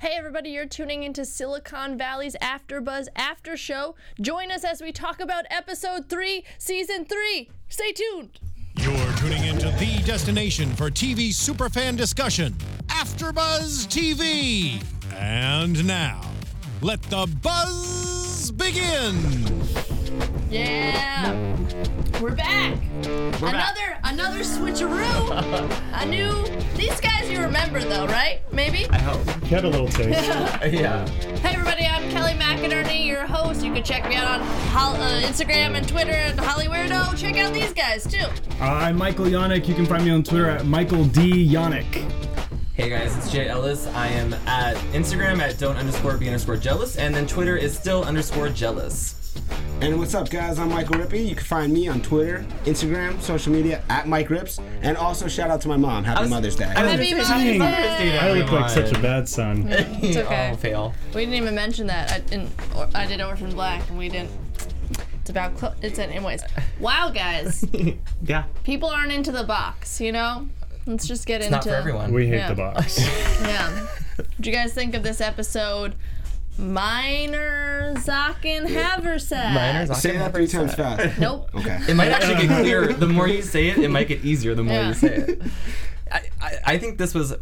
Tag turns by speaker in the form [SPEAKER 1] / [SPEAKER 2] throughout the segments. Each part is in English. [SPEAKER 1] Hey everybody, you're tuning into Silicon Valley's AfterBuzz After Show. Join us as we talk about episode 3, season 3. Stay tuned.
[SPEAKER 2] You're tuning into the destination for TV superfan discussion, AfterBuzz TV. And now, let the buzz begin.
[SPEAKER 1] Yeah. We're back. another another switcheroo. a new These guys you remember though, right? Maybe?
[SPEAKER 3] Get a little taste.
[SPEAKER 4] Yeah.
[SPEAKER 1] Hey everybody, I'm Kelly McInerney, your host. You can check me out on Hol- uh, Instagram and Twitter and Hollyweirdo. Check out these guys too.
[SPEAKER 3] Uh, I'm Michael Yannick. You can find me on Twitter at Michael D Yannick.
[SPEAKER 4] Hey guys, it's Jay Ellis. I am at Instagram at don't underscore be underscore jealous, and then Twitter is still underscore jealous.
[SPEAKER 5] And what's up, guys? I'm Michael Rippey. You can find me on Twitter, Instagram, social media at Mike Rips. And also, shout out to my mom. Happy
[SPEAKER 4] was-
[SPEAKER 5] Mother's Day.
[SPEAKER 1] Happy Mother's
[SPEAKER 4] Happy
[SPEAKER 1] Day.
[SPEAKER 4] Mother's Day to
[SPEAKER 3] I look like
[SPEAKER 4] everyone.
[SPEAKER 3] such a bad son.
[SPEAKER 1] It's okay.
[SPEAKER 4] Oh, fail.
[SPEAKER 1] We didn't even mention that. I didn't. Or, I did Orphan Black, and we didn't. It's about. Cl- it's anyways. Wow, guys.
[SPEAKER 4] Yeah.
[SPEAKER 1] People aren't into the box, you know. Let's just get into.
[SPEAKER 4] Not for everyone.
[SPEAKER 3] We hate
[SPEAKER 1] Yeah.
[SPEAKER 3] the box.
[SPEAKER 1] Yeah. What you guys think of this episode? Minor Zakin Haversack.
[SPEAKER 4] Miners,
[SPEAKER 5] Say that three times fast.
[SPEAKER 1] Nope.
[SPEAKER 5] Okay.
[SPEAKER 4] It might actually get clearer. The more you say it, it might get easier the more
[SPEAKER 1] Yeah.
[SPEAKER 4] you say it. I, I, I think this was,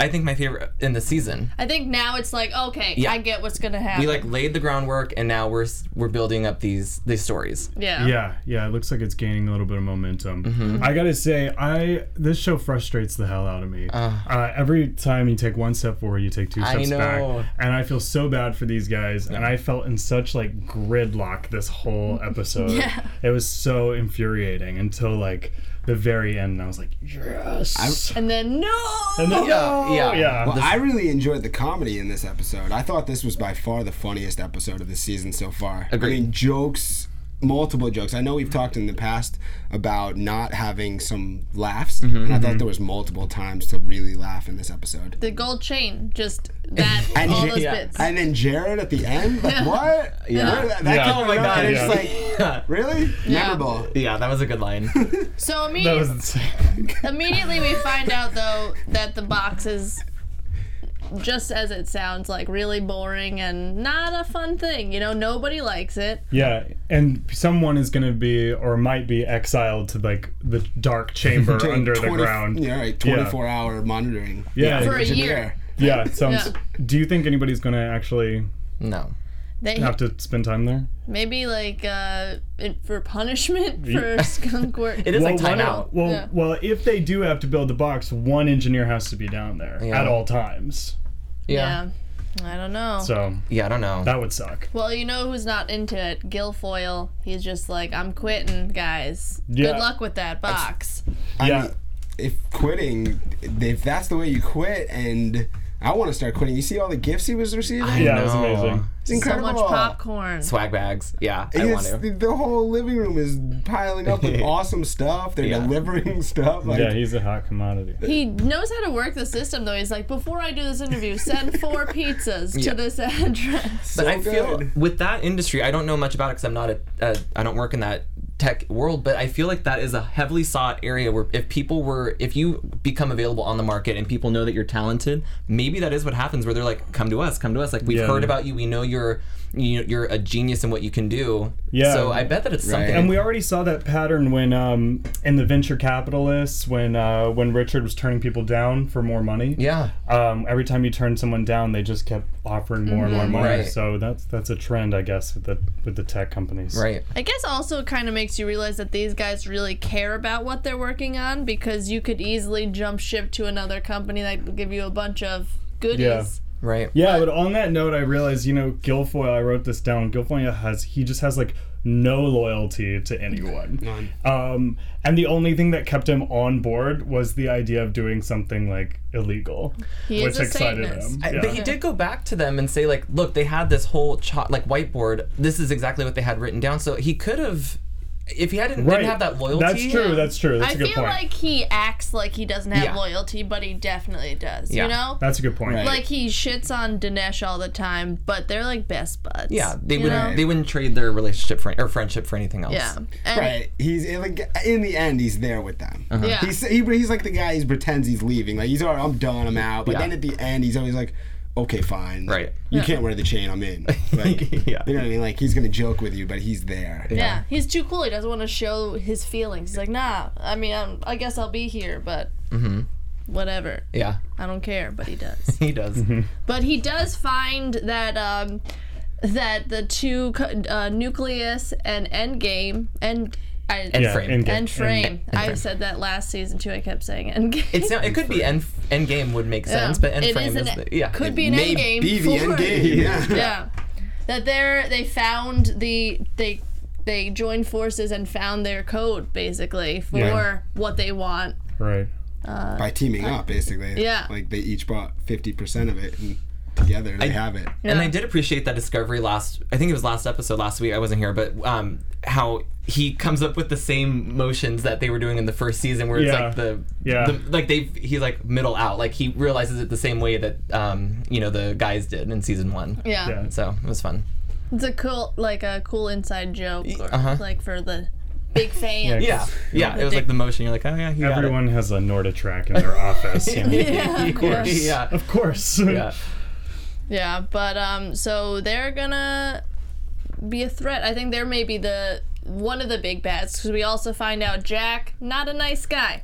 [SPEAKER 4] I think my favorite in the season.
[SPEAKER 1] I think now it's like okay,
[SPEAKER 4] Yeah.
[SPEAKER 1] I get what's gonna happen.
[SPEAKER 4] We like laid the groundwork, and now we're s- we're building up these these stories.
[SPEAKER 1] yeah.
[SPEAKER 3] yeah, yeah. It looks like it's gaining a little bit of momentum. I gotta say, I this show frustrates the hell out of me. Uh, every time you take one step forward, you take two
[SPEAKER 4] I
[SPEAKER 3] steps
[SPEAKER 4] know.
[SPEAKER 3] back, and I feel so bad for these guys. And I felt in such like gridlock this whole episode.
[SPEAKER 1] Yeah.
[SPEAKER 3] It was so infuriating until like the very end. And I was like, yes.
[SPEAKER 1] And then no.
[SPEAKER 3] and then,
[SPEAKER 4] Yeah, yeah.
[SPEAKER 3] yeah.
[SPEAKER 5] Well, I really enjoyed the comedy in this episode. I thought this was by far the funniest episode of the season so far.
[SPEAKER 4] Agreed.
[SPEAKER 5] I mean, jokes, multiple jokes. I know we've talked in the past about not having some laughs,
[SPEAKER 4] Mm-hmm,
[SPEAKER 5] and I thought there was multiple times to really laugh in this episode.
[SPEAKER 1] the gold chain, just that,
[SPEAKER 5] And
[SPEAKER 1] all
[SPEAKER 5] Ja-
[SPEAKER 1] those
[SPEAKER 4] yeah.
[SPEAKER 1] bits.
[SPEAKER 5] And then Jared at the end, like what?
[SPEAKER 4] Yeah.
[SPEAKER 5] Where did that, that
[SPEAKER 3] Yeah.
[SPEAKER 5] came
[SPEAKER 3] Oh
[SPEAKER 4] my
[SPEAKER 5] from?
[SPEAKER 4] God,
[SPEAKER 5] And it's
[SPEAKER 3] yeah.
[SPEAKER 5] like really memorable.
[SPEAKER 4] Yeah, that was a good line.
[SPEAKER 1] so I mean,
[SPEAKER 3] That was insane.
[SPEAKER 1] Immediately, we find out though that the box is just as it sounds like really boring and not a fun thing. You know, nobody likes it.
[SPEAKER 3] Yeah, and someone is going to be or might be exiled to like the dark chamber
[SPEAKER 5] During
[SPEAKER 3] under the
[SPEAKER 5] 20
[SPEAKER 3] ground.
[SPEAKER 5] Yeah, right. 24 hour monitoring.
[SPEAKER 3] Yeah,
[SPEAKER 1] For a
[SPEAKER 5] Engineer.
[SPEAKER 1] year.
[SPEAKER 3] yeah. it sounds.
[SPEAKER 1] Yeah.
[SPEAKER 3] Do you think anybody's going to actually
[SPEAKER 4] No.
[SPEAKER 1] They
[SPEAKER 3] have to spend time there?
[SPEAKER 1] maybe like uh, it, for punishment for skunk work.
[SPEAKER 4] It is like
[SPEAKER 3] one-
[SPEAKER 4] time out.
[SPEAKER 3] Well,
[SPEAKER 1] Yeah.
[SPEAKER 3] well, if they do have to build the box, one engineer has to be down there
[SPEAKER 4] Yeah.
[SPEAKER 3] at all times.
[SPEAKER 4] Yeah.
[SPEAKER 1] Yeah. I don't know.
[SPEAKER 3] So
[SPEAKER 4] Yeah, I don't know.
[SPEAKER 3] that would suck.
[SPEAKER 1] well, you know who's not into it? Guilfoyle. He's just like, I'm quitting, guys.
[SPEAKER 3] Yeah.
[SPEAKER 1] Good luck with that box.
[SPEAKER 3] yeah,
[SPEAKER 5] mean, if quitting, if that's the way you quit, and I want to start quitting. You see all the gifts he was receiving?
[SPEAKER 3] yeah, it was
[SPEAKER 4] No.
[SPEAKER 3] amazing.
[SPEAKER 5] it's
[SPEAKER 1] So
[SPEAKER 5] incredible.
[SPEAKER 1] much popcorn.
[SPEAKER 4] Swag bags. Yeah, I want
[SPEAKER 5] It's-
[SPEAKER 4] to.
[SPEAKER 5] the, the whole living room is piling up with awesome stuff. They're
[SPEAKER 4] Yeah.
[SPEAKER 5] delivering stuff. Like,
[SPEAKER 3] Yeah, he's a hot commodity.
[SPEAKER 1] He knows how to work the system, though. He's like, before I do this interview, send four pizzas
[SPEAKER 4] Yeah.
[SPEAKER 1] to this address.
[SPEAKER 4] But
[SPEAKER 5] so
[SPEAKER 4] I feel
[SPEAKER 5] good.
[SPEAKER 4] with that industry, I don't know much about it because I'm not a, a I don't work in that tech world. But I feel like that is a heavily sought area where if people were if you become available on the market and people know that you're talented, maybe that is what happens where they're like, come to us, come to us. Like we've
[SPEAKER 3] Yeah.
[SPEAKER 4] heard about you, we know you're you know, you're a genius in what you can do.
[SPEAKER 3] Yeah.
[SPEAKER 4] So I bet that it's something.
[SPEAKER 3] And we already saw that pattern when um, in the venture capitalists when uh, when Richard was turning people down for more money.
[SPEAKER 4] yeah.
[SPEAKER 3] um, every time you turned someone down, they just kept offering more and more and more.
[SPEAKER 4] Right.
[SPEAKER 3] So that's that's a trend, I guess, with the with the tech companies.
[SPEAKER 4] Right.
[SPEAKER 1] I guess also it kind of makes you realize that these guys really care about what they're working on because you could easily jump ship to another company that will give you a bunch of goodies.
[SPEAKER 3] Yeah.
[SPEAKER 4] Right.
[SPEAKER 3] Yeah, but on that note, I realized you know Guilfoyle. I wrote this down. Guilfoyle has he just has like no loyalty to anyone.
[SPEAKER 5] None.
[SPEAKER 3] Um, and the only thing that kept him on board was the idea of doing something like illegal,
[SPEAKER 1] He
[SPEAKER 3] which
[SPEAKER 1] is a
[SPEAKER 3] excited
[SPEAKER 1] Satanist.
[SPEAKER 3] him.
[SPEAKER 4] I-
[SPEAKER 3] yeah.
[SPEAKER 4] But he did go back to them and say, like, look, they had this whole cho- like whiteboard. This is exactly what they had written down. So he could have, if he hadn't
[SPEAKER 3] Right.
[SPEAKER 4] didn't have that loyalty.
[SPEAKER 3] That's true. That's true. That's
[SPEAKER 1] I
[SPEAKER 3] a good
[SPEAKER 1] feel
[SPEAKER 3] point.
[SPEAKER 1] like he acts like he doesn't have
[SPEAKER 4] Yeah.
[SPEAKER 1] loyalty, but he definitely does.
[SPEAKER 4] Yeah.
[SPEAKER 1] You know?
[SPEAKER 3] that's a good point.
[SPEAKER 5] Right.
[SPEAKER 1] like he shits on Dinesh all the time, but they're like best buds.
[SPEAKER 4] Yeah, they
[SPEAKER 1] you
[SPEAKER 4] wouldn't.
[SPEAKER 1] know?
[SPEAKER 4] They wouldn't trade their relationship for, or friendship for anything else.
[SPEAKER 1] Yeah. And
[SPEAKER 5] Right. He's in the, in the end, he's there with them.
[SPEAKER 4] Uh-huh.
[SPEAKER 1] Yeah.
[SPEAKER 5] He's, he, he's like the guy who pretends he's leaving. Like, he's all right, I'm done, I'm out. But
[SPEAKER 4] Yeah.
[SPEAKER 5] then at the end, he's always like, okay, fine.
[SPEAKER 4] Right.
[SPEAKER 5] You can't wear the chain. I'm in. Like,
[SPEAKER 4] Yeah.
[SPEAKER 5] You know what I mean? Like he's gonna joke with you, but he's there.
[SPEAKER 1] Yeah, he's too cool. He doesn't want to show his feelings. He's like, nah, I mean, I'm, I guess I'll be here, but whatever.
[SPEAKER 4] Mm-hmm. Yeah,
[SPEAKER 1] I don't care, but he does.
[SPEAKER 4] he does.
[SPEAKER 1] but he does find that um, that the two co- uh, nucleus and endgame and I,
[SPEAKER 4] And
[SPEAKER 3] Yeah,
[SPEAKER 4] frame.
[SPEAKER 3] Endgame.
[SPEAKER 1] and frame.
[SPEAKER 4] And-
[SPEAKER 1] I said that last season too. I kept saying endgame.
[SPEAKER 4] It's not, it could be end, end game would make sense,
[SPEAKER 1] Yeah.
[SPEAKER 4] but end
[SPEAKER 1] It
[SPEAKER 4] frame
[SPEAKER 1] is
[SPEAKER 4] is,
[SPEAKER 1] an-
[SPEAKER 4] the, yeah.
[SPEAKER 1] could
[SPEAKER 4] It
[SPEAKER 1] be an
[SPEAKER 4] may-
[SPEAKER 1] endgame.
[SPEAKER 5] Be the
[SPEAKER 1] for-
[SPEAKER 5] end game. Yeah.
[SPEAKER 1] yeah that they're they found the they they joined forces and found their code basically for
[SPEAKER 3] Yeah.
[SPEAKER 1] what they want
[SPEAKER 3] Right.
[SPEAKER 5] By teaming up, basically.
[SPEAKER 1] yeah.
[SPEAKER 5] Like they each bought fifty percent of it, and together they have it.
[SPEAKER 4] And I did appreciate that discovery last. I think it was last episode, last week. I wasn't here, but um, how he comes up with the same motions that they were doing in the first season, where it's
[SPEAKER 3] Yeah.
[SPEAKER 4] like the
[SPEAKER 3] Yeah.
[SPEAKER 4] the, like they he's like middle out, like he realizes it the same way that um, you know the guys did in season one.
[SPEAKER 1] yeah,
[SPEAKER 3] Yeah.
[SPEAKER 4] So it was fun.
[SPEAKER 1] it's a cool like a cool inside joke or,
[SPEAKER 4] Uh-huh.
[SPEAKER 1] like for the big fans
[SPEAKER 4] Yeah, yeah. It was like the motion. You're like, oh yeah, he got it.
[SPEAKER 3] Everyone has a Norda track in their office. you know.
[SPEAKER 1] yeah,
[SPEAKER 4] yeah,
[SPEAKER 3] Of course.
[SPEAKER 4] yeah.
[SPEAKER 1] yeah but um so they're gonna be a threat i think they're maybe the one of the big bats because we also find out jack not a nice guy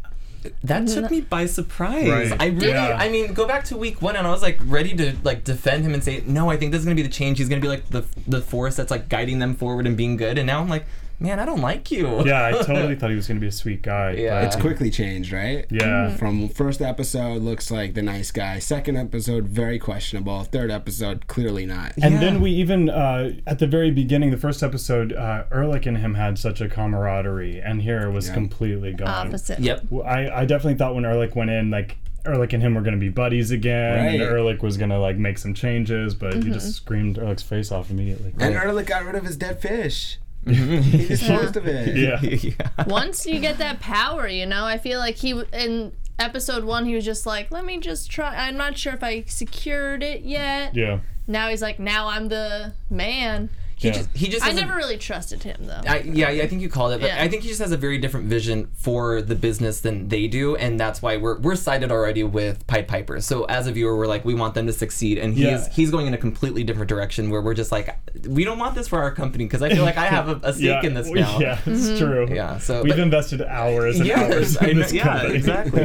[SPEAKER 4] That
[SPEAKER 1] Mm-hmm.
[SPEAKER 4] took me by surprise.
[SPEAKER 3] Right.
[SPEAKER 4] I really,
[SPEAKER 3] Yeah.
[SPEAKER 4] I mean, go back to week one, and I was like ready to like defend him and say, no, I think this is gonna be the change. He's gonna be like the the force that's like guiding them forward and being good. And now I'm like, man, I don't like you.
[SPEAKER 3] Yeah, I totally thought he was gonna be a sweet guy.
[SPEAKER 4] Yeah.
[SPEAKER 3] but-
[SPEAKER 4] It's
[SPEAKER 5] Quickly changed, right?
[SPEAKER 1] Mm-hmm.
[SPEAKER 3] yeah.
[SPEAKER 5] From first episode, looks like the nice guy. Second episode, very questionable. Third episode, clearly not.
[SPEAKER 3] And
[SPEAKER 4] Yeah.
[SPEAKER 3] then we even uh, at the very beginning, the first episode, uh, Ehrlich and him had such a camaraderie, and here it was completely gone.
[SPEAKER 1] opposite
[SPEAKER 4] Yep.
[SPEAKER 3] Well, I, I definitely thought when Ehrlich went in, like Ehrlich and him were gonna be buddies again, and
[SPEAKER 5] Right.
[SPEAKER 3] Ehrlich was gonna like make some changes, but he
[SPEAKER 1] Mm-hmm.
[SPEAKER 3] just screamed Ehrlich's face off immediately.
[SPEAKER 5] And Erlich got rid of his dead fish. he disposed of it.
[SPEAKER 3] yeah,
[SPEAKER 4] Mm-hmm. yeah.
[SPEAKER 1] once you get that power, you know, I feel like he w- in episode one he was just like, let me just try. I'm not sure if I secured it yet.
[SPEAKER 3] yeah,
[SPEAKER 1] Now he's like, now I'm the man.
[SPEAKER 4] He
[SPEAKER 3] Yeah.
[SPEAKER 4] just, he just
[SPEAKER 1] I
[SPEAKER 4] has a-
[SPEAKER 1] never really trusted him though.
[SPEAKER 4] I, yeah, yeah, I think you called it, but
[SPEAKER 1] Yeah.
[SPEAKER 4] I think he just has a very different vision for the business than they do, and that's why we're we're sided already with Pied Piper. So as a viewer, we're like, we want them to succeed, and he's
[SPEAKER 3] Yeah.
[SPEAKER 4] he's going in a completely different direction where we're just like, we don't want this for our company because I feel like I have a, a stake
[SPEAKER 3] yeah,
[SPEAKER 4] in this
[SPEAKER 3] we-
[SPEAKER 4] now.
[SPEAKER 3] yeah, it's
[SPEAKER 1] Mm-hmm.
[SPEAKER 3] true.
[SPEAKER 4] Yeah, so-
[SPEAKER 3] we've
[SPEAKER 4] but-
[SPEAKER 3] invested hours and hours
[SPEAKER 4] Yes, I
[SPEAKER 3] in
[SPEAKER 4] know,
[SPEAKER 3] this
[SPEAKER 4] yeah,
[SPEAKER 3] company.
[SPEAKER 4] exactly.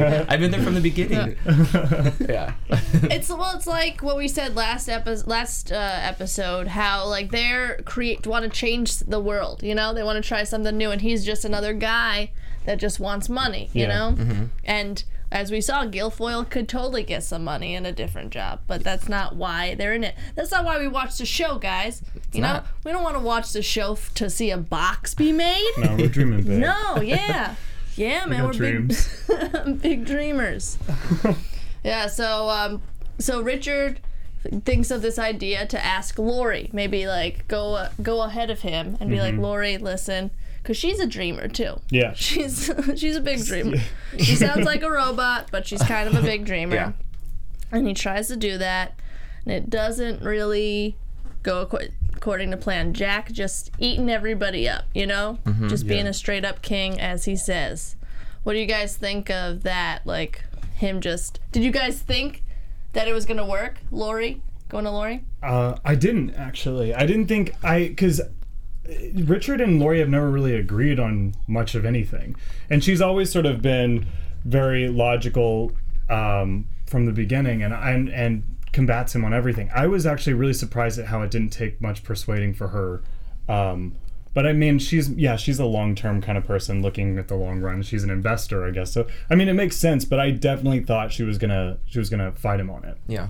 [SPEAKER 4] I've been there from the beginning. Yeah.
[SPEAKER 1] It's well, it's like what we said last episode, last uh, episode, how like they're create want to change the world. You know, they want to try something new, and he's just another guy that just wants money. You
[SPEAKER 3] Yeah. mm-hmm.
[SPEAKER 1] know, and as we saw, Guilfoyle could totally get some money in a different job, but that's not why they're in it. That's not why we watch the show, guys. you know,
[SPEAKER 4] not.
[SPEAKER 1] we don't want to watch the show f- to see a box be made.
[SPEAKER 3] No, we're dreaming big.
[SPEAKER 1] No, yeah. Yeah, man,
[SPEAKER 3] got
[SPEAKER 1] we're big big dreamers. yeah, so um so Richard thinks of this idea to ask Lori, maybe like go uh, go ahead of him and be like Lori, listen, cuz she's a dreamer too.
[SPEAKER 3] Yeah,
[SPEAKER 1] She's she's a big dreamer. She sounds like a robot, but she's kind of a big dreamer.
[SPEAKER 4] Yeah.
[SPEAKER 1] And he tries to do that, and it doesn't really go acco- according to plan. Jack just eating everybody up, you know, just being a straight up king, as he says. What do you guys think of that? Like him just? Did you guys think that it was gonna work? Lori going to Lori?
[SPEAKER 3] Uh, I didn't actually. I didn't think I because Richard and Lori have never really agreed on much of anything, and she's always sort of been very logical um, from the beginning, and and and combats him on everything. I was actually really surprised at how it didn't take much persuading for her. Um, but I mean, she's yeah, she's a long-term kind of person looking at the long run. She's an investor, I guess. So I mean, it makes sense. But I definitely thought she was gonna she was gonna fight him on it.
[SPEAKER 4] Yeah.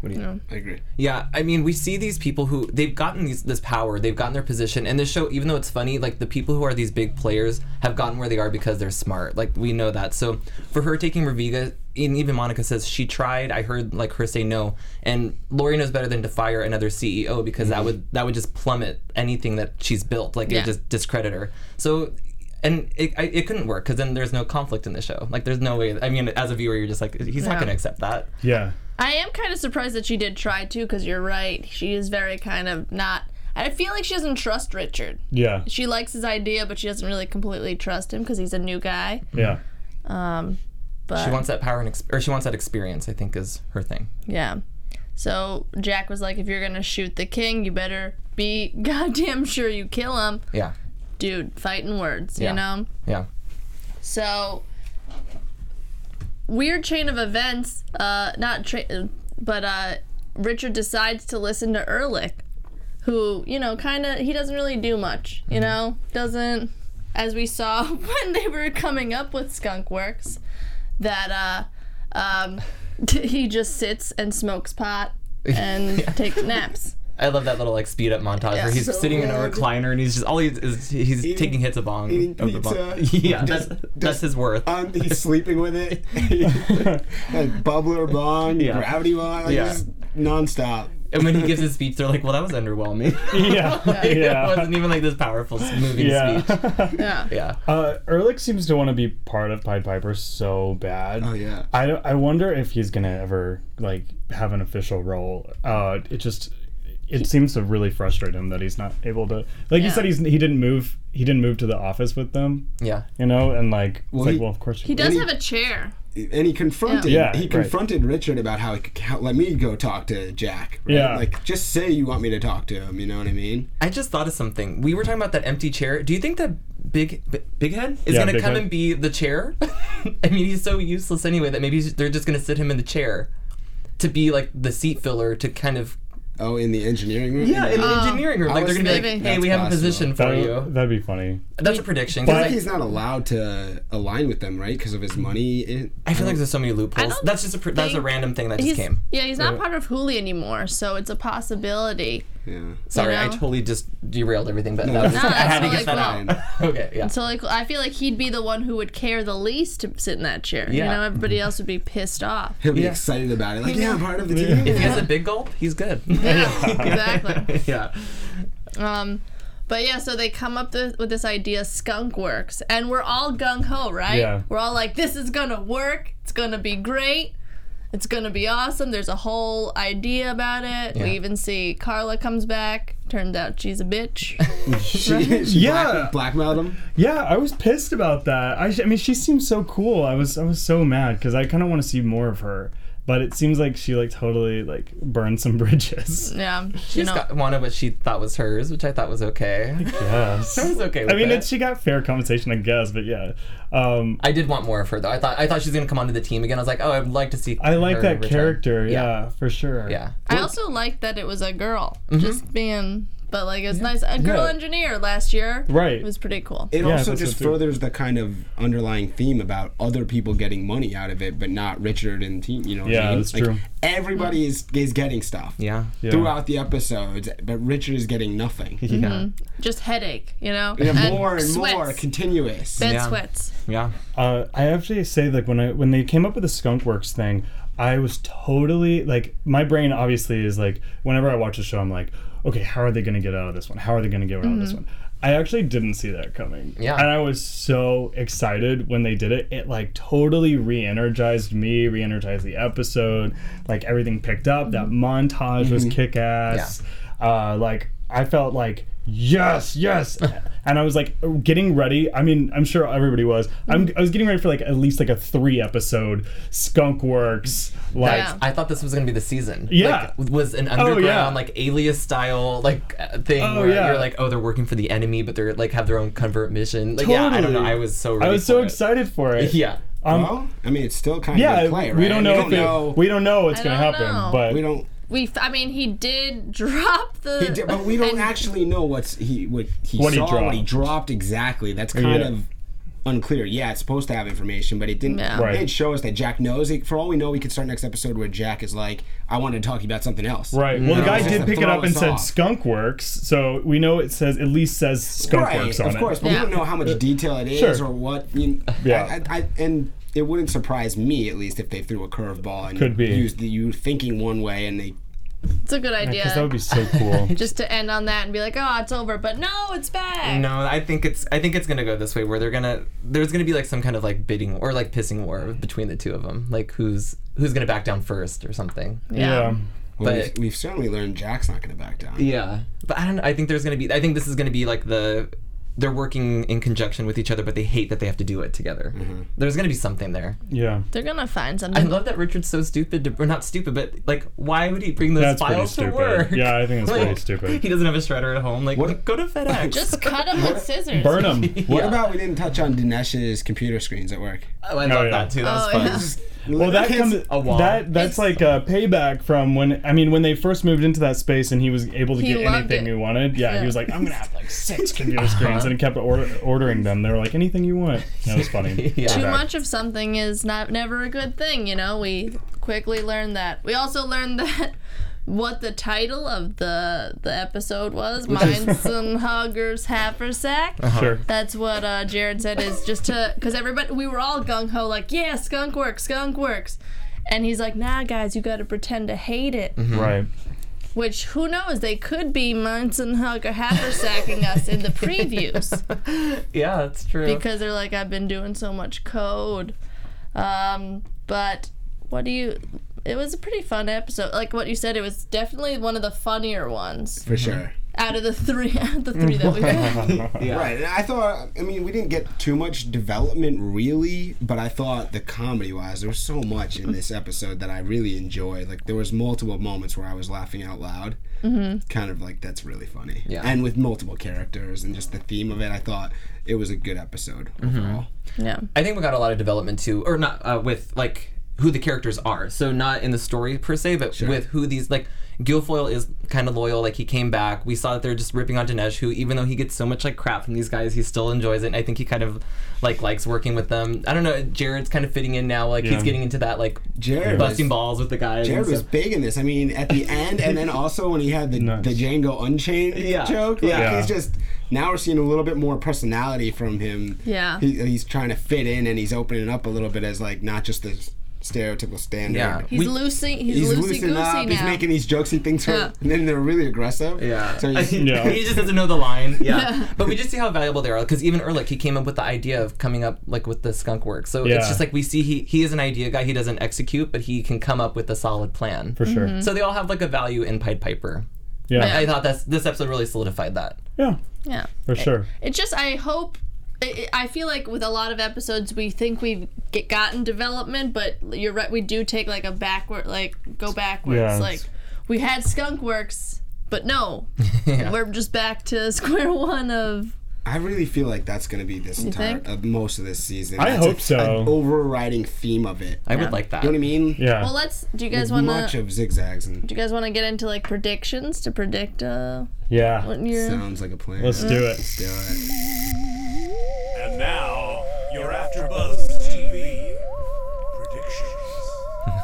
[SPEAKER 5] I agree.
[SPEAKER 4] Yeah, I mean, we see these people who they've gotten these this power, they've gotten their position, and this show, even though it's funny, like the people who are these big players have gotten where they are because they're smart. Like we know that. So for her taking Raviga, and even Monica says she tried. I heard like her say no, and Lori knows better than to fire another CEO because that would that would just plummet anything that she's built. Like
[SPEAKER 1] Yeah.
[SPEAKER 4] it just discredit her. So. And it, I, it couldn't work because then there's no conflict in the show. Like, there's no way. I mean, as a viewer, you're just like, he's not
[SPEAKER 1] Yeah.
[SPEAKER 4] going to accept that.
[SPEAKER 3] Yeah.
[SPEAKER 1] I am kind of surprised that she did try to, because you're right. She is very kind of not. I feel like she doesn't trust Richard.
[SPEAKER 3] Yeah.
[SPEAKER 1] she likes his idea, but she doesn't really completely trust him because he's a new guy.
[SPEAKER 3] Yeah.
[SPEAKER 1] Um, but
[SPEAKER 4] She wants that power and ex- or she wants that experience. I think is her thing.
[SPEAKER 1] yeah, So Jack was like, if you're gonna shoot the king, you better be goddamn sure you kill him.
[SPEAKER 4] Yeah.
[SPEAKER 1] Dude, fighting words,
[SPEAKER 4] Yeah.
[SPEAKER 1] you know?
[SPEAKER 4] Yeah.
[SPEAKER 1] So, weird chain of events. Uh, not tra- but uh, Richard decides to listen to Ehrlich, who you know, kind of he doesn't really do much. You know, doesn't as we saw when they were coming up with Skunk Works, that uh, um, he just sits and smokes pot and takes naps.
[SPEAKER 4] I love that little like speed up montage where he's
[SPEAKER 5] so
[SPEAKER 4] sitting in a
[SPEAKER 5] good.
[SPEAKER 4] recliner and he's just all he is he's taking hits of bong.
[SPEAKER 5] eating
[SPEAKER 4] of the bong.
[SPEAKER 5] pizza.
[SPEAKER 4] Yeah, that's that's his worth.
[SPEAKER 5] Um, he's sleeping with it. like bubbler bong,
[SPEAKER 4] Yeah.
[SPEAKER 5] gravity bong, like
[SPEAKER 4] Yeah.
[SPEAKER 5] just nonstop.
[SPEAKER 4] and when he gives his speech, they're like, "Well, that was underwhelming.
[SPEAKER 3] Yeah.
[SPEAKER 4] it
[SPEAKER 3] yeah.
[SPEAKER 4] wasn't even like this powerful, s- moving speech."
[SPEAKER 3] yeah.
[SPEAKER 1] Yeah.
[SPEAKER 4] Yeah,
[SPEAKER 3] Uh, Ehrlich seems to want to be part of Pied Piper so bad.
[SPEAKER 5] Oh yeah.
[SPEAKER 3] I, don't- I wonder if he's gonna ever like have an official role. Uh, it just it seems to really frustrate him that he's not able to. Like you
[SPEAKER 1] Yeah.
[SPEAKER 3] said, he's he didn't move he didn't move to the office with them.
[SPEAKER 4] yeah.
[SPEAKER 3] You know, and like
[SPEAKER 5] Well,
[SPEAKER 3] it's
[SPEAKER 5] he-
[SPEAKER 3] like well of course
[SPEAKER 1] He does
[SPEAKER 5] Any-
[SPEAKER 1] have a chair.
[SPEAKER 5] and he confronted
[SPEAKER 3] Yeah. Yeah,
[SPEAKER 5] he
[SPEAKER 3] right.
[SPEAKER 5] confronted Richard about how, he could- how let me go talk to Jack. right?
[SPEAKER 3] Yeah.
[SPEAKER 5] like just say you want me to talk to him. You know what I mean?
[SPEAKER 4] I just thought of something. We were talking about that empty chair. Do you think that big B- big head is
[SPEAKER 3] Yeah,
[SPEAKER 4] gonna
[SPEAKER 3] Big
[SPEAKER 4] come
[SPEAKER 3] Head.
[SPEAKER 4] and be the chair? I mean, he's so useless anyway that maybe he's- they're just gonna sit him in the chair to be like the seat filler to kind of
[SPEAKER 5] Oh, in the engineering room.
[SPEAKER 4] yeah in the
[SPEAKER 1] Oh.
[SPEAKER 4] engineering room.
[SPEAKER 5] I
[SPEAKER 4] Like they're
[SPEAKER 5] was
[SPEAKER 4] gonna be like,
[SPEAKER 1] thinking-
[SPEAKER 4] "Hey, we
[SPEAKER 5] That's
[SPEAKER 4] have a position for
[SPEAKER 3] That,
[SPEAKER 4] you."
[SPEAKER 3] that'd be funny.
[SPEAKER 4] That's a prediction. 'cause,
[SPEAKER 5] I
[SPEAKER 4] like,
[SPEAKER 5] think he's not allowed to align with them, right? Because of his money. It,
[SPEAKER 4] I feel like there's so many loopholes.
[SPEAKER 1] don't
[SPEAKER 4] That's just a pr- that's a
[SPEAKER 1] think-
[SPEAKER 4] random thing that just
[SPEAKER 1] He's,
[SPEAKER 4] came.
[SPEAKER 1] yeah, he's not part of Huli anymore, so it's a possibility.
[SPEAKER 5] yeah.
[SPEAKER 4] Sorry, I
[SPEAKER 1] know?
[SPEAKER 4] totally just derailed everything, but that
[SPEAKER 5] that's
[SPEAKER 4] was, I had to
[SPEAKER 1] that's
[SPEAKER 4] get that
[SPEAKER 1] totally
[SPEAKER 4] out. okay, yeah.
[SPEAKER 1] So like, I feel like he'd be the one who would care the least to sit in that chair. You
[SPEAKER 4] Yeah.
[SPEAKER 1] know, everybody else would be pissed off.
[SPEAKER 5] He'll be
[SPEAKER 4] Yeah.
[SPEAKER 5] excited about it. Like, yeah, I'm part of the team.
[SPEAKER 4] If he has a big gulp, he's good.
[SPEAKER 1] Yeah, exactly.
[SPEAKER 4] yeah.
[SPEAKER 1] Um, but yeah, so they come up th- with this idea, Skunk Works, and we're all gung ho, right?
[SPEAKER 3] Yeah.
[SPEAKER 1] We're all like, this is gonna work. It's gonna be great. It's gonna be awesome. There's a whole idea about it. We
[SPEAKER 4] Yeah.
[SPEAKER 1] even see Carla comes back. Turns out she's a bitch.
[SPEAKER 5] She, she
[SPEAKER 3] Yeah.
[SPEAKER 5] black, blackmailed him.
[SPEAKER 3] Yeah, I was pissed about that. I, sh- I mean, she seems so cool. I was I was so mad because I kind of want to see more of her, but it seems like she like totally like burned some bridges.
[SPEAKER 1] yeah.
[SPEAKER 4] She just got wanted what she thought was hers, which I thought was okay.
[SPEAKER 3] Yes.
[SPEAKER 4] I was okay with
[SPEAKER 3] I mean,
[SPEAKER 4] it.
[SPEAKER 3] it, she got fair compensation, I guess, but yeah. Um,
[SPEAKER 4] I did want more of her though. I thought I thought she was gonna come onto the team again. I was like, oh, I'd like to see.
[SPEAKER 3] I like
[SPEAKER 4] her
[SPEAKER 3] that
[SPEAKER 4] return.
[SPEAKER 3] character, yeah,
[SPEAKER 4] Yeah.
[SPEAKER 3] for sure.
[SPEAKER 4] Yeah.
[SPEAKER 1] I also liked that it was a girl, just being. But like it's nice. A girl
[SPEAKER 3] Yeah.
[SPEAKER 1] engineer last year.
[SPEAKER 3] Right.
[SPEAKER 1] It was pretty cool.
[SPEAKER 5] It
[SPEAKER 3] Yeah,
[SPEAKER 5] also
[SPEAKER 3] that's
[SPEAKER 5] just
[SPEAKER 3] so true.
[SPEAKER 5] furthers the kind of underlying theme about other people getting money out of it, but not Richard and team. You know, what I
[SPEAKER 3] Yeah,
[SPEAKER 5] mean?
[SPEAKER 3] that's
[SPEAKER 5] Like,
[SPEAKER 3] true.
[SPEAKER 5] Everybody is, is getting stuff.
[SPEAKER 4] Yeah.
[SPEAKER 3] Yeah.
[SPEAKER 5] throughout the episodes, but Richard is getting nothing.
[SPEAKER 3] Yeah.
[SPEAKER 1] Just headache, you know.
[SPEAKER 5] Yeah, more and
[SPEAKER 1] sweats.
[SPEAKER 5] more continuous.
[SPEAKER 1] Bed
[SPEAKER 4] Yeah.
[SPEAKER 1] sweats.
[SPEAKER 4] Yeah.
[SPEAKER 3] Uh, I actually say like when I when they came up with the Skunk Works thing, I was totally like my brain obviously is like whenever I watch a show, I'm like, okay, how are they going to get out of this one? How are they going to get out of this one? I actually didn't see that coming.
[SPEAKER 4] Yeah.
[SPEAKER 3] And I was so excited when they did it. It like totally re-energized me, re-energized the episode. Like everything picked up. That
[SPEAKER 5] Mm-hmm.
[SPEAKER 3] montage was kick ass. Uh, like I felt like yes, yes, and I was like getting ready. I mean, I'm sure everybody was. I'm,
[SPEAKER 5] Mm-hmm.
[SPEAKER 3] I was getting ready for like at least like a three episode Skunk Works. Like
[SPEAKER 1] Yeah.
[SPEAKER 4] I thought this was gonna be the season.
[SPEAKER 3] Yeah. Oh,
[SPEAKER 4] Like, was an underground
[SPEAKER 3] yeah.
[SPEAKER 4] like Alias style like uh, thing
[SPEAKER 3] Oh,
[SPEAKER 4] where
[SPEAKER 3] yeah.
[SPEAKER 4] you're like, oh, they're working for the enemy, but they're like have their own covert mission. Like, yeah, I don't know.
[SPEAKER 3] Totally.
[SPEAKER 4] I was so.
[SPEAKER 3] I
[SPEAKER 4] ready
[SPEAKER 3] was so
[SPEAKER 4] for it.
[SPEAKER 3] excited for it.
[SPEAKER 4] Yeah.
[SPEAKER 3] Um,
[SPEAKER 5] well, I mean, it's still kind
[SPEAKER 3] yeah.
[SPEAKER 5] of play, right?
[SPEAKER 3] We don't know.
[SPEAKER 5] We
[SPEAKER 3] if
[SPEAKER 5] don't
[SPEAKER 3] it-
[SPEAKER 5] know.
[SPEAKER 3] we don't know what's
[SPEAKER 1] I
[SPEAKER 3] gonna
[SPEAKER 1] don't
[SPEAKER 3] happen,
[SPEAKER 1] know.
[SPEAKER 3] but
[SPEAKER 5] we don't.
[SPEAKER 1] We, f- I mean, he did drop the.
[SPEAKER 5] He did, but we don't
[SPEAKER 1] and-
[SPEAKER 5] actually know what's he what he
[SPEAKER 3] What he
[SPEAKER 5] saw what he
[SPEAKER 3] dropped.
[SPEAKER 5] dropped exactly. That's kind of unclear. Yeah, it's supposed to have information, but it didn't.
[SPEAKER 1] Yeah.
[SPEAKER 3] Right.
[SPEAKER 5] It didn't show us that Jack knows. It, for all we know, we could start next episode where Jack is like, "I want to talk to you about something else."
[SPEAKER 3] Right. Well, the
[SPEAKER 5] No.
[SPEAKER 3] guy
[SPEAKER 5] Just
[SPEAKER 3] did
[SPEAKER 5] to
[SPEAKER 3] pick it
[SPEAKER 5] throw
[SPEAKER 3] up and
[SPEAKER 5] us
[SPEAKER 3] said
[SPEAKER 5] off.
[SPEAKER 3] Skunk Works, so we know it says at least says Skunk Works on
[SPEAKER 5] of
[SPEAKER 3] it. Uh,
[SPEAKER 5] course, but
[SPEAKER 1] Yeah.
[SPEAKER 5] we don't know how much detail it is
[SPEAKER 3] Sure.
[SPEAKER 5] or what. You,
[SPEAKER 3] Yeah.
[SPEAKER 5] yeah. I, I, and it wouldn't surprise me, at least, if they threw a curveball and
[SPEAKER 3] Could be.
[SPEAKER 5] used the, you thinking one way and they.
[SPEAKER 1] It's a good idea.
[SPEAKER 3] Because that would be so cool.
[SPEAKER 1] just to end on that and be like, oh, it's over, but no, it's back.
[SPEAKER 4] No, I think it's I think it's gonna go this way where they're gonna there's gonna be like some kind of like bidding or like pissing war between the two of them, like who's who's gonna back down first or something.
[SPEAKER 3] yeah.
[SPEAKER 5] Well,
[SPEAKER 4] But-
[SPEAKER 5] we've, we've certainly learned Jack's not going to back down.
[SPEAKER 4] Yeah, but I don't. know. I think there's gonna be. I think this is gonna be like the they're working in conjunction with each other, but they hate that they have to do it together. There's gonna be something there.
[SPEAKER 3] Yeah.
[SPEAKER 1] They're gonna find
[SPEAKER 4] I
[SPEAKER 1] something.
[SPEAKER 4] love that Richard's so stupid, to, or not stupid, but like, why would he bring those
[SPEAKER 3] That's pretty
[SPEAKER 4] files to
[SPEAKER 3] stupid.
[SPEAKER 4] work?
[SPEAKER 3] Yeah, I think it's
[SPEAKER 4] Like,
[SPEAKER 3] pretty stupid.
[SPEAKER 4] He doesn't have a shredder at home. Like,
[SPEAKER 5] What-
[SPEAKER 4] go to FedEx.
[SPEAKER 1] Just cut them with scissors.
[SPEAKER 3] Burn them.
[SPEAKER 5] What about we didn't touch on Dinesh's computer screens at work?
[SPEAKER 4] oh, I love
[SPEAKER 3] yeah.
[SPEAKER 4] that too. That was
[SPEAKER 1] Oh,
[SPEAKER 4] fun.
[SPEAKER 1] yeah.
[SPEAKER 3] Well, that
[SPEAKER 5] Kids-
[SPEAKER 3] comes
[SPEAKER 4] a wall.
[SPEAKER 3] that
[SPEAKER 1] It's-
[SPEAKER 3] that's like a payback from when I mean when they first moved into that space and he was able to
[SPEAKER 1] He
[SPEAKER 3] get
[SPEAKER 1] loved
[SPEAKER 3] anything
[SPEAKER 1] it.
[SPEAKER 3] he wanted. Yeah,
[SPEAKER 1] Yeah.
[SPEAKER 3] he was like, I'm gonna have like six computer screens, and he kept or- ordering them. They were like, anything you want. That was funny.
[SPEAKER 4] Yeah.
[SPEAKER 1] Too
[SPEAKER 3] Back.
[SPEAKER 1] much of something is not never a good thing, you know. We quickly learned that. We also learned that what the title of the the episode was, "Minds and Huggers Haversack."
[SPEAKER 3] Sure.
[SPEAKER 1] That's what uh, Jared said is just to because everybody we were all gung ho like yeah skunk works skunk works, and he's like nah guys you got to pretend to hate it,
[SPEAKER 3] Right.
[SPEAKER 1] which who knows they could be Munson Hugger haversacking us in the previews
[SPEAKER 4] Yeah, that's true.
[SPEAKER 1] because they're like I've been doing so much code, um, but what do you? It was a pretty fun episode. Like what you said, it was definitely one of the funnier ones
[SPEAKER 5] for sure.
[SPEAKER 1] out of the three. Out of the three that we had.
[SPEAKER 5] Right, and I thought, I mean, we didn't get too much development really, but I thought the comedy wise, there was so much in this episode that I really enjoyed. Like, there was multiple moments where I was laughing out loud. Mm-hmm. Kind of like, that's really funny.
[SPEAKER 4] Yeah.
[SPEAKER 5] And with multiple characters and just the theme of it, I thought it was a good episode overall.
[SPEAKER 1] Yeah.
[SPEAKER 4] I think we got a lot of development too, or not uh, with like who the characters are. So not in the story per se, but with who these like Guilfoyle is kind of loyal. Like he came back. We saw that they're just ripping on Dinesh, who even though he gets so much like crap from these guys, he still enjoys it. And I think he kind of like likes working with them. I don't know. Jared's kind of fitting in now. Like
[SPEAKER 3] Yeah.
[SPEAKER 4] he's getting into that like
[SPEAKER 5] Jared
[SPEAKER 4] busting
[SPEAKER 5] was-
[SPEAKER 4] balls with the guys. and
[SPEAKER 5] Jared was
[SPEAKER 4] stuff.
[SPEAKER 5] big in this. I mean, at the end, and then also when he had the,
[SPEAKER 3] Nice.
[SPEAKER 5] the Django Unchained
[SPEAKER 4] Yeah.
[SPEAKER 5] joke. Like,
[SPEAKER 3] Yeah.
[SPEAKER 5] He's just now we're seeing a little bit more personality from him.
[SPEAKER 1] Yeah.
[SPEAKER 5] He, he's trying to fit in, and he's opening up a little bit as like not just the stereotypical standard.
[SPEAKER 4] Yeah.
[SPEAKER 1] He's loosey. He's,
[SPEAKER 5] He's
[SPEAKER 1] loosey goosey
[SPEAKER 5] loosening
[SPEAKER 1] now.
[SPEAKER 5] up. He's making these jokes he thinks are,
[SPEAKER 1] Yeah.
[SPEAKER 5] and then they're really aggressive.
[SPEAKER 4] Yeah.
[SPEAKER 5] So he's,
[SPEAKER 3] Yeah.
[SPEAKER 4] he just doesn't know the line. Yeah. but we just see how valuable they are because even Ehrlich, he came up with the idea of coming up like with the skunk work. So
[SPEAKER 3] Yeah.
[SPEAKER 4] it's just like we see he he is an idea guy. He doesn't execute, but he can come up with a solid plan.
[SPEAKER 3] For sure.
[SPEAKER 1] Mm-hmm.
[SPEAKER 4] So they all have like a value in Pied Piper.
[SPEAKER 3] Yeah.
[SPEAKER 4] I thought that's this episode really solidified that.
[SPEAKER 3] Yeah.
[SPEAKER 1] yeah.
[SPEAKER 3] For sure.
[SPEAKER 1] It just I hope. I I feel like with a lot of episodes, we think we've get gotten development, but you're right. We do take like a backward, like go backwards.
[SPEAKER 3] Yeah, it's-
[SPEAKER 1] like we had Skunk Works, but no, we're just back to square one of
[SPEAKER 5] I really feel like that's going to be this entire
[SPEAKER 1] think?
[SPEAKER 5] uh, most of this season.
[SPEAKER 3] I
[SPEAKER 5] That's
[SPEAKER 3] hope
[SPEAKER 5] a-
[SPEAKER 3] so.
[SPEAKER 5] An overriding theme of it.
[SPEAKER 4] I would like that.
[SPEAKER 5] You know what I mean?
[SPEAKER 3] Yeah.
[SPEAKER 1] Well, let's. Do you guys
[SPEAKER 5] There's
[SPEAKER 1] want
[SPEAKER 5] much
[SPEAKER 1] to?
[SPEAKER 5] of zigzags and
[SPEAKER 1] Do you guys want to get into like predictions to predict uh
[SPEAKER 3] yeah.
[SPEAKER 1] what your
[SPEAKER 5] sounds like a plan.
[SPEAKER 3] Let's do it.
[SPEAKER 5] Let's
[SPEAKER 1] Mm.
[SPEAKER 5] do it.
[SPEAKER 2] And now, your AfterBuzz TV predictions.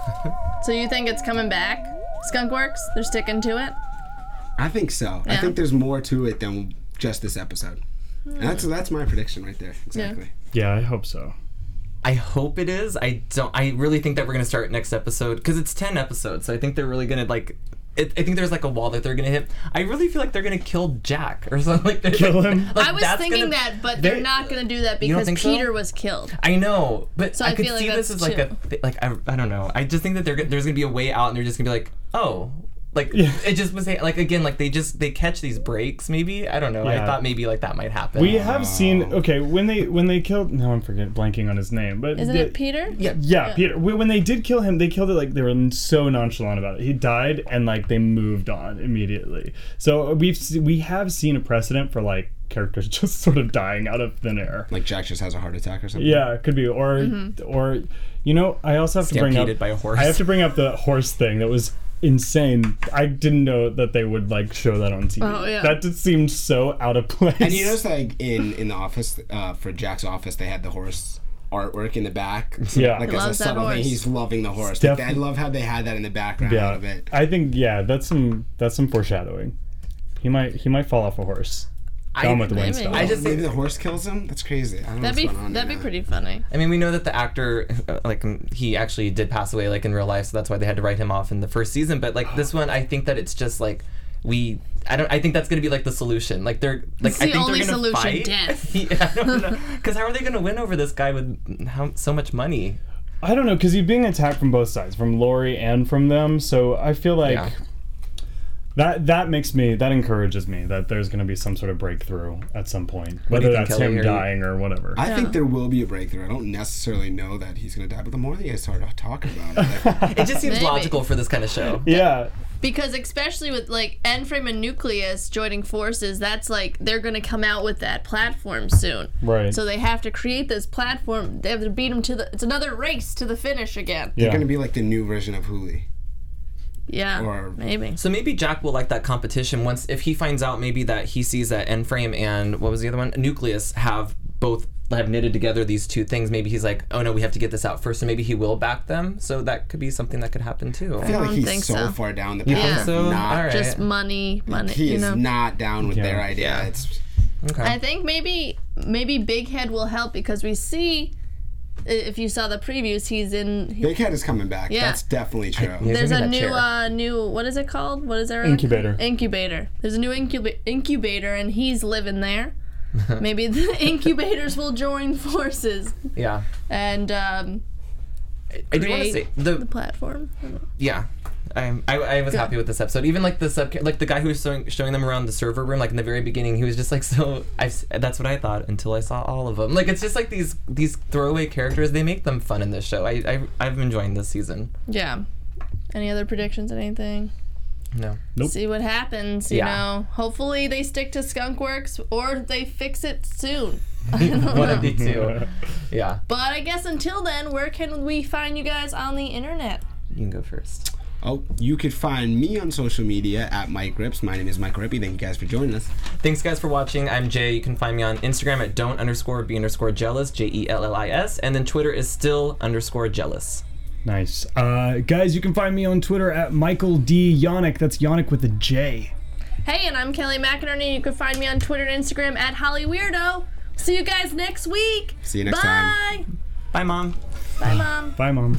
[SPEAKER 1] So you think it's coming back? Skunk Works, they're sticking to it.
[SPEAKER 5] I think so. I
[SPEAKER 1] Yeah.
[SPEAKER 5] think there's more to it than just this episode. And that's
[SPEAKER 1] Hmm.
[SPEAKER 5] that's my prediction right there. Exactly.
[SPEAKER 3] Yeah, I hope so.
[SPEAKER 4] I hope it is. I don't. I really think that we're gonna start next episode because it's ten episodes. So I think they're really gonna like. It, I think there's like a wall that they're gonna hit. I really feel like they're gonna kill Jack or something like that.
[SPEAKER 3] Kill him?
[SPEAKER 1] I was
[SPEAKER 4] that's
[SPEAKER 1] thinking
[SPEAKER 4] gonna-
[SPEAKER 1] that, but they're
[SPEAKER 4] they-
[SPEAKER 1] not going to do that
[SPEAKER 4] don't
[SPEAKER 1] because
[SPEAKER 4] think so?
[SPEAKER 1] Peter was killed.
[SPEAKER 4] I know, but
[SPEAKER 1] So
[SPEAKER 4] I,
[SPEAKER 1] I
[SPEAKER 4] could
[SPEAKER 1] feel like
[SPEAKER 4] see this
[SPEAKER 1] that's
[SPEAKER 4] as like a thi- like I, I don't know. I just think that there there's gonna be a way out, and they're just gonna be like, oh, like it just was like again like they just they catch these breaks maybe. I don't know.
[SPEAKER 3] Yeah.
[SPEAKER 4] I thought maybe like that might happen.
[SPEAKER 3] We have seen okay when they when they killed. No, I'm forget blanking on his name, but
[SPEAKER 1] Isn't
[SPEAKER 3] the-
[SPEAKER 1] it Peter?
[SPEAKER 3] Yeah, Peter. When when they did kill him, they killed it like they were so nonchalant about it. He died, and like they moved on immediately. So uh, we've se- we have seen a precedent for like characters just sort of dying out of thin air.
[SPEAKER 5] Like Jack just has a heart attack or something.
[SPEAKER 3] Yeah, it could be or
[SPEAKER 1] Mm-hmm.
[SPEAKER 3] or you know I also have to bring up
[SPEAKER 4] Stampeded by a horse.
[SPEAKER 3] I have to bring up the horse thing that was insane. I didn't know that they would like show that on TV.
[SPEAKER 1] Oh, yeah.
[SPEAKER 3] That just seemed so out of place.
[SPEAKER 5] And you notice like in in the office uh, for Jack's office they had the horse artwork in the back.
[SPEAKER 3] Yeah.
[SPEAKER 5] Like
[SPEAKER 3] He
[SPEAKER 5] as a
[SPEAKER 1] loves that
[SPEAKER 5] subtle thing,
[SPEAKER 1] horse.
[SPEAKER 5] he's loving the horse.
[SPEAKER 3] Def-
[SPEAKER 5] Like, I love how they had that in the background a
[SPEAKER 3] yeah,
[SPEAKER 5] little bit.
[SPEAKER 3] I think yeah, that's some that's some foreshadowing. He might he might fall off a horse. Down with the wind
[SPEAKER 1] maybe.
[SPEAKER 3] stuff.
[SPEAKER 4] I just think
[SPEAKER 5] Maybe the horse kills him. That's crazy. I don't know
[SPEAKER 1] That'd
[SPEAKER 5] what's
[SPEAKER 1] be
[SPEAKER 5] going on
[SPEAKER 1] that'd be
[SPEAKER 5] there.
[SPEAKER 1] pretty funny.
[SPEAKER 4] I mean, we know that the actor, uh, like, um, he actually did pass away, like, in real life, so that's why they had to write him off in the first season. But like this one, I think that it's just like we. I don't. I think that's gonna be like the solution. Like they're like
[SPEAKER 1] It's
[SPEAKER 4] I
[SPEAKER 1] the
[SPEAKER 4] think
[SPEAKER 1] only
[SPEAKER 4] they're gonna
[SPEAKER 1] solution,
[SPEAKER 4] fight.
[SPEAKER 1] death.
[SPEAKER 4] yeah, I don't know. Because how are they gonna win over this guy with mm, how so much money?
[SPEAKER 3] I don't know because he's being attacked from both sides, from Lori and from them. So I feel like
[SPEAKER 4] Yeah.
[SPEAKER 3] that that makes me that encourages me that there's going to be some sort of breakthrough at some point,
[SPEAKER 4] do
[SPEAKER 3] whether
[SPEAKER 4] you think,
[SPEAKER 3] that's
[SPEAKER 4] Kelly? Are
[SPEAKER 3] him
[SPEAKER 4] you-
[SPEAKER 3] dying or whatever.
[SPEAKER 5] I think there will be a breakthrough. I don't necessarily know that he's going to die, but the more that you guys start talking about it, like,
[SPEAKER 4] It just seems
[SPEAKER 1] Maybe.
[SPEAKER 4] logical for this kind of show.
[SPEAKER 3] yeah,
[SPEAKER 1] Because especially with like N frame and Nucleus joining forces, that's like they're gonna come out with that platform soon.
[SPEAKER 3] right.
[SPEAKER 1] So they have to create this platform. They have to beat them to the. It's another race to the finish again.
[SPEAKER 3] yeah.
[SPEAKER 5] they're going to be like the new version of Huli.
[SPEAKER 1] Yeah,
[SPEAKER 5] Or-
[SPEAKER 1] maybe.
[SPEAKER 4] So maybe Jack will like that competition once if he finds out maybe that he sees that N frame and what was the other one? Nucleus have both have knitted together these two things. Maybe he's like, oh no, we have to get this out first, and maybe he will back them. So that could be something that could happen too.
[SPEAKER 5] I feel like
[SPEAKER 1] don't
[SPEAKER 5] he's
[SPEAKER 1] think
[SPEAKER 5] so,
[SPEAKER 1] so.
[SPEAKER 5] far down the path.
[SPEAKER 4] think
[SPEAKER 5] of
[SPEAKER 4] so?
[SPEAKER 5] Not,
[SPEAKER 4] All right.
[SPEAKER 1] Just money, money.
[SPEAKER 5] He
[SPEAKER 1] you
[SPEAKER 5] is
[SPEAKER 1] know.
[SPEAKER 5] not down with their idea.
[SPEAKER 4] Yeah.
[SPEAKER 5] It's
[SPEAKER 1] I think maybe maybe Big Head will help because we see i- if you saw the previews, he's in. he-
[SPEAKER 5] Big Cat is coming back.
[SPEAKER 1] Yeah.
[SPEAKER 5] That's definitely true.
[SPEAKER 1] there's
[SPEAKER 4] in
[SPEAKER 1] a
[SPEAKER 4] that
[SPEAKER 1] new
[SPEAKER 4] chair.
[SPEAKER 1] uh new what is it called? What is there?
[SPEAKER 3] Incubator.
[SPEAKER 1] Incubator. There's a new incuba- incubator and he's living there. maybe the incubators will join forces
[SPEAKER 4] Yeah.
[SPEAKER 1] and um,
[SPEAKER 4] I do want to
[SPEAKER 1] Create
[SPEAKER 4] say the
[SPEAKER 1] the platform.
[SPEAKER 4] yeah. I'm, I, I was happy with this episode. Even like the sub, like the guy who was showing, showing them around the server room, like in the very beginning, he was just like so. I've s- that's what I thought until I saw all of them. Like it's just like these these throwaway characters. They make them fun in this show. I, I I'm enjoying this season.
[SPEAKER 1] Yeah. Any other predictions? Anything?
[SPEAKER 4] No.
[SPEAKER 3] Nope.
[SPEAKER 1] See what happens. You
[SPEAKER 4] Yeah.
[SPEAKER 1] know. Hopefully they stick to Skunkworks or they fix it soon.
[SPEAKER 4] One of the two. Yeah.
[SPEAKER 1] But I guess until then, where can we find you guys on the internet?
[SPEAKER 4] You can go first.
[SPEAKER 5] Oh, you could find me on social media at Mike Rips. My name is Mike Rippy. Thank you guys for joining us.
[SPEAKER 4] Thanks guys for watching. I'm Jay. You can find me on Instagram at don't underscore be underscore jealous, J E L L I S, and then Twitter is still underscore jealous.
[SPEAKER 3] Nice. Uh, guys, you can find me on Twitter at Michael D. Yannick. That's Yannick with a J.
[SPEAKER 1] Hey, and I'm Kelly McInerney. You can find me on Twitter and Instagram at Holly Weirdo. See you guys next week.
[SPEAKER 5] See you next
[SPEAKER 1] Bye.
[SPEAKER 5] time.
[SPEAKER 4] Bye, mom.
[SPEAKER 1] Bye, mom.
[SPEAKER 3] Bye, Mom.